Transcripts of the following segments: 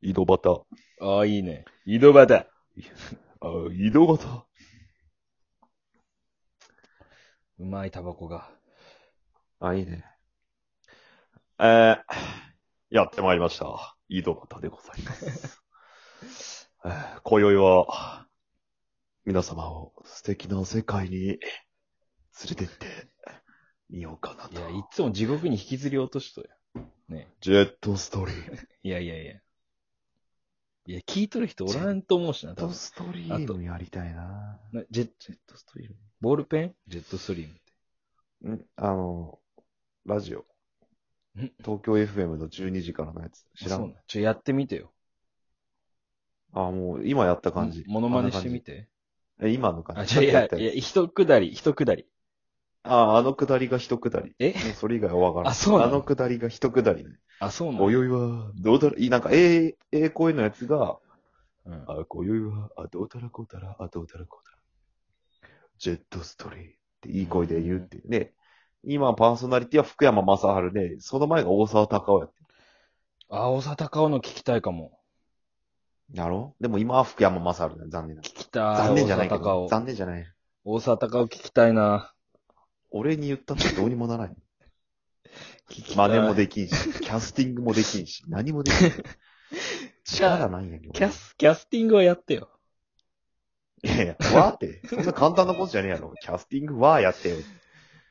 井戸端。ああ、いいね。井戸端。あ井戸端。うまいタバコが。あ、いいね。えー、やってまいりました。井戸端でございます。 えー今宵は、皆様を素敵な世界に連れて行ってみようかないと。や、いつも地獄に引きずり落としとや。ね。ジェットストリーム。ジいやいやいや。いや、聞いとる人おらんと思うしな、ェッ多ト分。ストリームやりたいな。なジェジェットストリーム。ボールペンジェットストリームって。うん、あの、ラジオん。東京 FM の12時からのやつ。知ら。あそうんなちょ、やってみてよ。あ、もう今やった感じ。モノマネしてみて。え、今の感あ、じ。じゃあいさやっきったいやや、つ一くだり、一くだり。あ、あのくだりが一くだり。えもうそれ以外はわからん。あそうなのあのくだりが一くだりね。あ、そうなの今宵は、どうだら、いなんか、ええ、ええ声のやつが、うんあ、今宵は、あ、どうたらこうたら、あ、どうたらこうたら。ジェットストリームっていい声で言うっていうね。今パーソナリティは福山雅治で、その前が大沢隆夫やって。あ、大沢たかおの聞きたいかも。やろでも今は福山雅治だよ、残念な。聞きたい。残念じゃないけ大沢たかどお。残念じゃない。大沢たかお聞きたいな。俺に言ったってどうにもならない。聞きたい真似もでき んし、キャスティングもできんし、何もで きん。力ないんやけど。キャス、キャスティングはやってよ。いやいや、わーって、そんな簡単なことじゃねえやろ。キャスティングわーやってよ。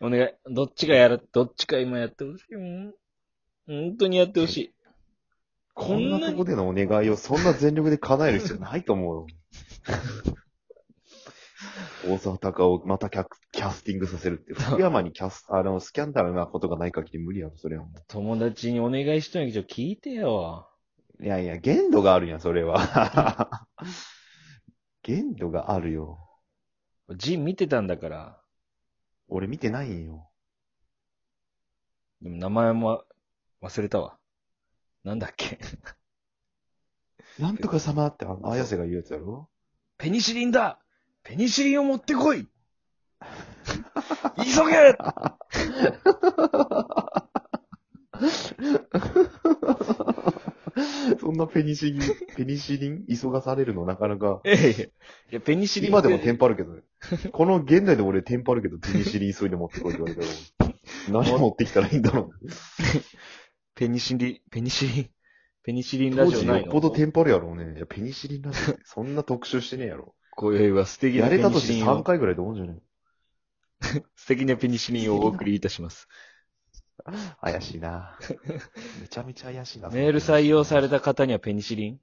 お願い。どっちがやる、どっちか今やってほしいもん。本当にやってほしい。こんなとこでのお願いをそんな全力で叶える必要ないと 思うよ。大沢隆をまたキャキャスティングさせる って。福山にキャス、あの、スキャンダルなことがない限り無理やろ、それはも友達にお願いしとんやけど、聞いてよ。う。いやいや、限度があるやん、それは。 限度があるよ。ジン見てたんだから。俺見てないんよ。でも名前も忘れたわ。なんだっけ。なんとか様って、あの、綾瀬が言うやつやろペニシリンだペニシリンを持ってこ い急げそんなペニシリン、ペニシリン急がされるのなかなか。ええ。いや、ペニシリン今でもテペンパるけどね。この現代でも俺テンパるけど、ペニシリン急いで持ってこいって言われた ら、何持ってきたらいいんだろペニシリン、ペニシリン、ペニシリう。ンラ当ジオ時なよっいのぽどテンパるやろうね。いや、ペニシリンなんて、そんな特集してねえやろ。今宵は素敵やなペれたニとシしリてンを3回ぐらいで思うんじゃない素敵なペニシリンをお送りいたします。怪しいな。めちゃめちゃ怪しいな。メール採用された方にはペニシリン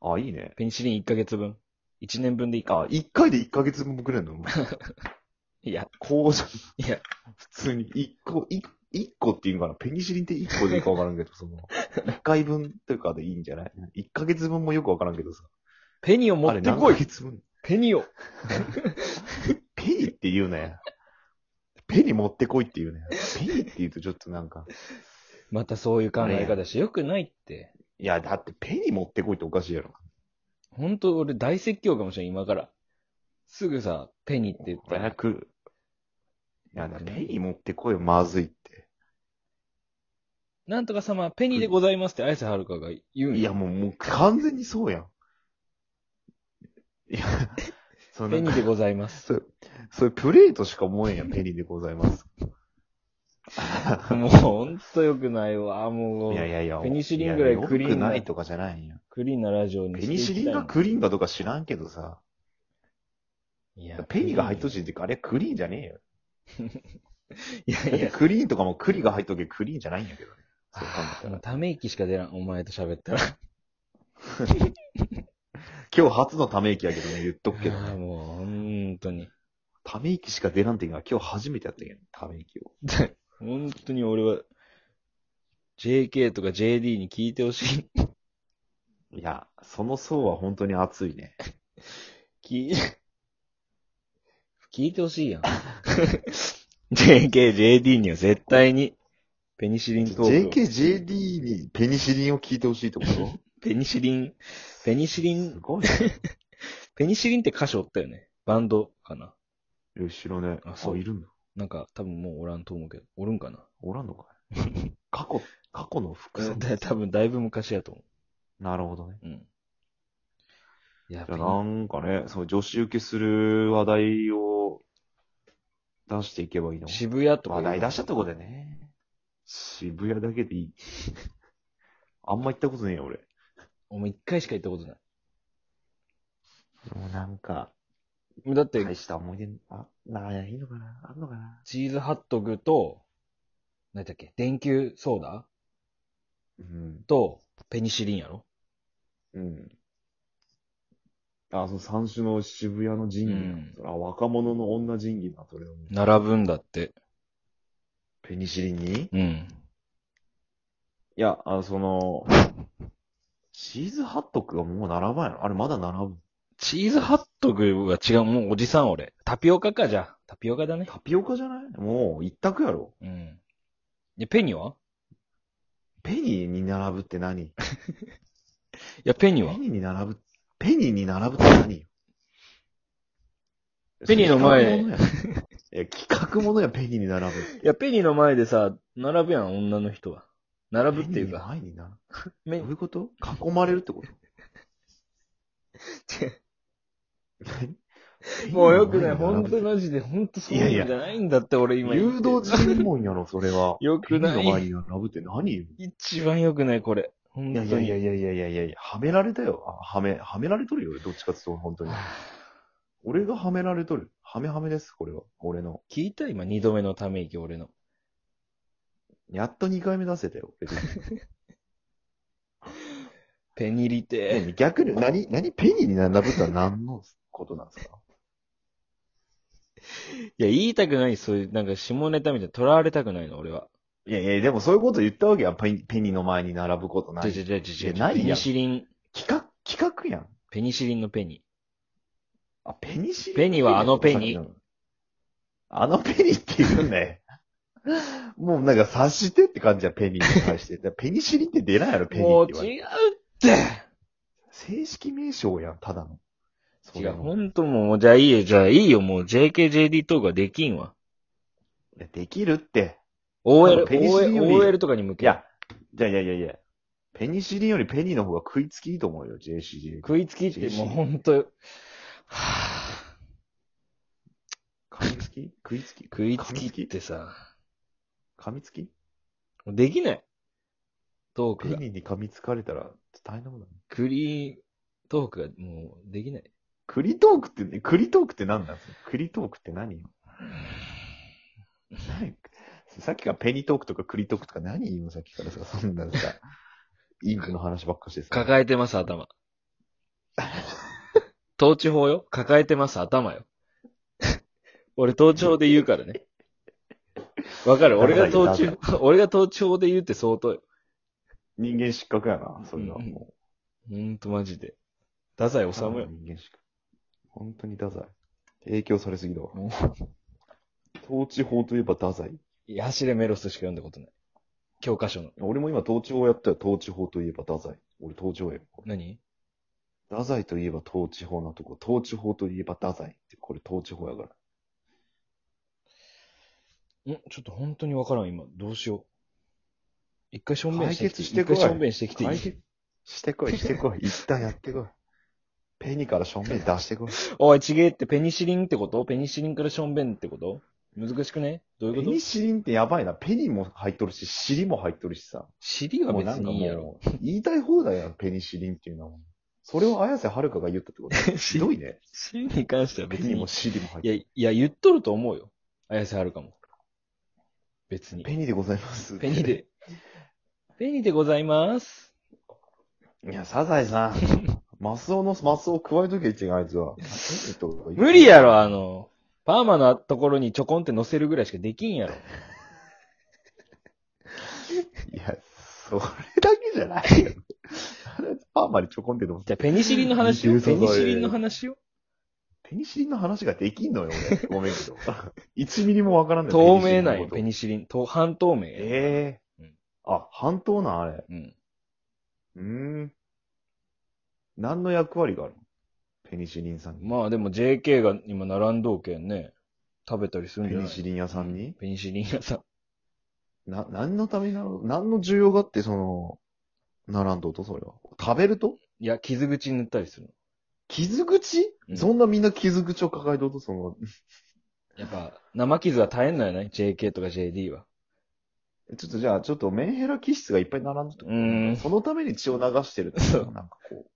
あ、いいね。ペニシリン1ヶ月分。1年分でいいか。あ、1回で1ヶ月分もくれんのいや、こうじゃん。いや、普通に一個、一一個っていうのかなペニシリンって一個でいいかわからんけど、その、一回分というかでいいんじゃない一ヶ月分もよくわからんけどさ。ペニを持あっれて何こヶい月分ペニをペニって言うなよ。ペニ持ってこいって言うなよ。ペニって言うとちょっとなんか、またそういう考え方してよくないって。いや、だってペニ持ってこいっておかしいやろ。ほんと俺大説教かもしれん、今から。すぐさ、ペニって言ったら。く。いや、だからペニ持ってこいよ、まずいって。なんとか様、ペニでございますって綾瀬はるかが言うんいや、もう、もう完全にそうやん。いや、そペのニでございます。そう、そういうプレートしか思えんやん、ペニでござい ます。もうほんとよくないわ、もう。いやいやいや、ペニシリンぐらいクリーンな良くないとかじゃないんや。クリーンなラジオにペしていニきたシいリンがクリーンかどうか知らんけどさ、いや、ペニが入っとし。しってか、あれクリーンじゃねえよ。いやだっ ていや、クリーンとかもクリが入っとけクリーンじゃないん やけどね。そう考えたもうら。ため息しか出ない、お前と喋ったら。今日初のため息やけどね、言っとくけどああね。もう、本当に。ため息しか出らんっていうのは今日初めてやったけど、ため息を。本当に俺は、JK とか JD に聞いて ほしいや、その層は本当に熱いね。い。聞い、聞いてほしいやん。JK、JD には絶対に、ペニシリントークを。 JK、JD にペニシリンを聞いてほしいってことペニシリン、 ペニシリすン、ごいね。ペニシリンって歌手おったよね。バンドかな。よしろね。あそういるんだ。 なんか、多分もうおらんと思うけど、おるんかな。おらんのかい過去、過去の服さん だ多分だいぶ昔やと思なるほどね。う。うん。いやいや、なんかね、そう、女子受けする話題を出していけばいいの。渋谷とか。話題出したとこで。ね。渋谷だけでいい。 あんま行ったことねえよ、俺。お前一回しか行ったことなでもなんか、い。だって、大した思い出、あ、ないのかなあんのかなチーズハットグと、何だっけ、電球ソーダうん。と、ペニシリンやろうん。あ、そう、三種の渋谷の神器やうんそれあ、若者の女神器な、それを。並ぶんだって。ペニシリンにいうん。や、あ、その、チーズハットクがもう並ばんやろあれまだ並ぶ。チーズハットグは違う、もうおじさん俺。タピオカかじゃあ。タピオカだね。タピオカじゃないもう一択やろ。うん。で、ペニはいペニーに並ぶって何や、ペニペニーに並ぶ、ペニーに並ぶって何よ ペニーの前それ企画ものやいや、企画ものや、ペニーに並ぶって。いや、ペニーの前でさ、並ぶやん、女の人は。並ぶっていうか、ペニーに前にな。めどういうこと囲まれるってこと もうよくない、本当に。マジで、本当そういうんじゃないんだって、俺今。。誘導尋問やろ、それはよくなペニーの前い。に並ぶって何よ一番よくない、これ。本い当やに。いやいやいやいやいやいやはめられたよ。あはめ、はめられとるよ、どっちかっていうと、本当に。俺がはめられとる。はめはめです、これは。俺の。聞いた今、二度目のため息、俺の。やっと2回目出せたよ。別にペニリテ。何逆に、何、何ペニーに並ぶとは何のことなんですかいや、言いたくない、そういう、なんか、下ネタみたいに囚われたくないの、俺は。いやいや、でもそういうこと言ったわけやん。ペニペニーの前に並ぶことなじい。ゃじ企ゃじゃじゃいやないやんペニシリン、画、企画やん。ペニシリンのペニ。あ、ペニシリンペニはあのペニ。あのペニって言うんだよ。もうなんか察してって感じや、ペニに対して。だからペニシリンって出ないやろ、ペニもっうて言われて。違うって正式名称やん、ただの。そ違れう、もほんともう、じゃあいいよ、じゃあいいよ、もう JKJD トークはできんわ。いやできるって。 OL、ペニシリンより OL とかに向いけ。や、じゃあいやいやいや。ペニシリンよりペニーの方が食いつきいいと思うよ、JCJ。食いつきってもうほんと、はぁ噛みつき食いつき食いつきってさ、噛みつきもうできない。トーペクが。ニーに噛みつかれたら大変なことだね。クリーントークがもうできない。クリトークって、クリトークって何なんですかクリトークって何よ何さっきからペニトークとかクリトークとか何言うのさっきからさ、そ んなさ、インクの話ばっかしてさ。抱えてます、頭。統治法よ。抱えてます、頭よ。俺、統治法で言うからね。わかる俺が統治法、俺が統治法で言うって相当よ。人間失格やな、それはうんもう。ほんとマジで。太宰治ただよの。人間失格。本当に太宰。影響されすぎだわ。もう統治法といえば太宰。いや、走れメロスしか読んだことない。教科書の。俺も今統治法やったら統治法といえば太宰。俺統治法やよ。何太宰といえば統治法なとこ、統治法といえば太宰って、これ統治法やから。んちょっと本当にわからん、今。どうしよう。一回しょんべんしてきて。解決してこい一回しょんべんしてきてい解い決してこい、してこい。一旦やってこい。ペニから正面出してこい。おい、ちげえってペニシリンってことペニシリンからションベンってこと難しくねどういうペことニシリンってやばいな。ペニも入っとるし、尻も入っとるしさ。尻はもう別なんかにいいやろ。もう、言いたい放題やん、ペニシリンっていうのは。それを綾瀬はるかが言ったってこと ひどいね。尻に関してはペ別ニにも。尻も入っいてや、る。いや、言っとると思うよ。綾瀬はるかも。別に。ペニでございます。ペニ。で。ペニでございます。いや、サザエさ ん。マスオの、マスオを加えとけって言うあいつは。無理やろ、あの、パーマのところにちょこんって乗せるぐらいしかできんやろ。いや、それだけじゃないよ。パーマにちょこんでの。じゃあ、ペニシリンの話いよ。いけペどニシリンの話よ。ペニシリンの話ができんのよ、俺。ごめんけ ど。1ミリもわからんのよ透明なんよ、ペペニシリンのことニシリン。と半透明や。ええうんあ、半島なん、あれ。うん。うーん。何の役割があるのペニシリンさんに。まあでも JK が今並んどうけんね。食べたりするんペじゃなニいシリン屋さんにペニシリン屋さん。な、何のためになる何の需要があって、その、ならんとと、それは。食べるといや、傷口塗ったりするの。傷口、うんそんなみんな傷口を抱えとうと、その、やっぱ、生傷は耐えんのよね。JK とか JD は。ちょっとじゃあ、ちょっとメンヘラ気質がいっぱい並んでてうーんそのために血を流してるっていうのがなんかこう、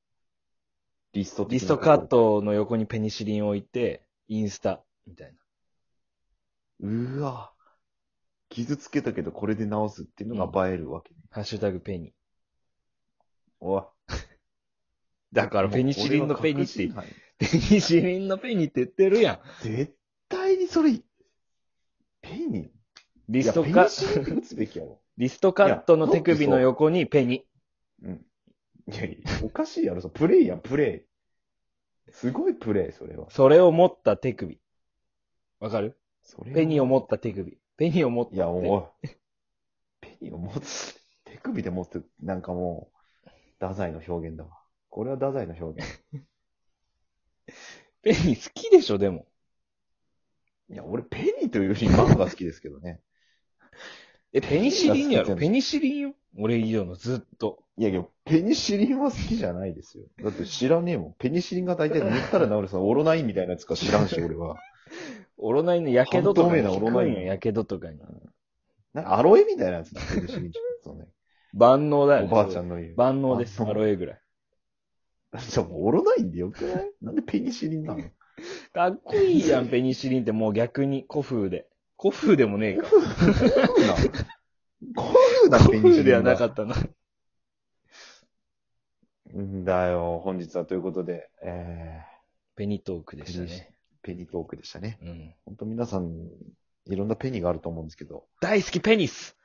リスト的なリストカッ。トの横にペニシリンを置いて、インスタ、みたいうわ。傷つけたけどこれで治すっていうのが映えるわけね。な。ハッシュタグペニ。おい。だからペニシリンのペニってもう、これは確信ペニシリンのペニって言ってるやん。犯絶対にそれ、ペニリストいやペカニシリンって打つべきやろ。リストカットの手首の横にペニ。うん。いやいや、おかしいやろ。それプレイやん、プレイ。すごいプレイ、それは。それを持った手首。わかるそれはペニを持った手首。ペニを持っいた。や、もう、ペニを持つ、手首で持つ、なんかもう、太宰の表現だわ。これは太宰の表現。ペニ好きでしょ、でも。いや、俺、ペニというよりマンが好きですけどね。え、ペニシリンやペニが好きじゃろんペニシリンよ。俺以上のずっと。いや、いや、ペニシリンは好きじゃないですよ。だって知らねえもん。ペニシリンが大体塗ったら治るさ、オロナインみたいなやつか知らんし、俺は。オロナインのやけどとかに半透明効なオロくナイんンよ、やけどとかに。なんかアロエみたいなやつだ、ペニシリンちょっとね。万能だよおね。ばあちゃんの言う。万能です、万ア能ロエぐらい。じゃあもうオロナインでよくないなんでペニシリンなのかっこいいやん、ペニシリンってもう逆に古風で。古風でもねえか。こういうな。こういうな、ペニ古シリ風ンではながかったな。んだよ、本日はということで、えペニトークー、でしたね。ペニペニトークでしたね。うん。本当皆さん、いろんなペニがあると思うんですけど、大好きペニス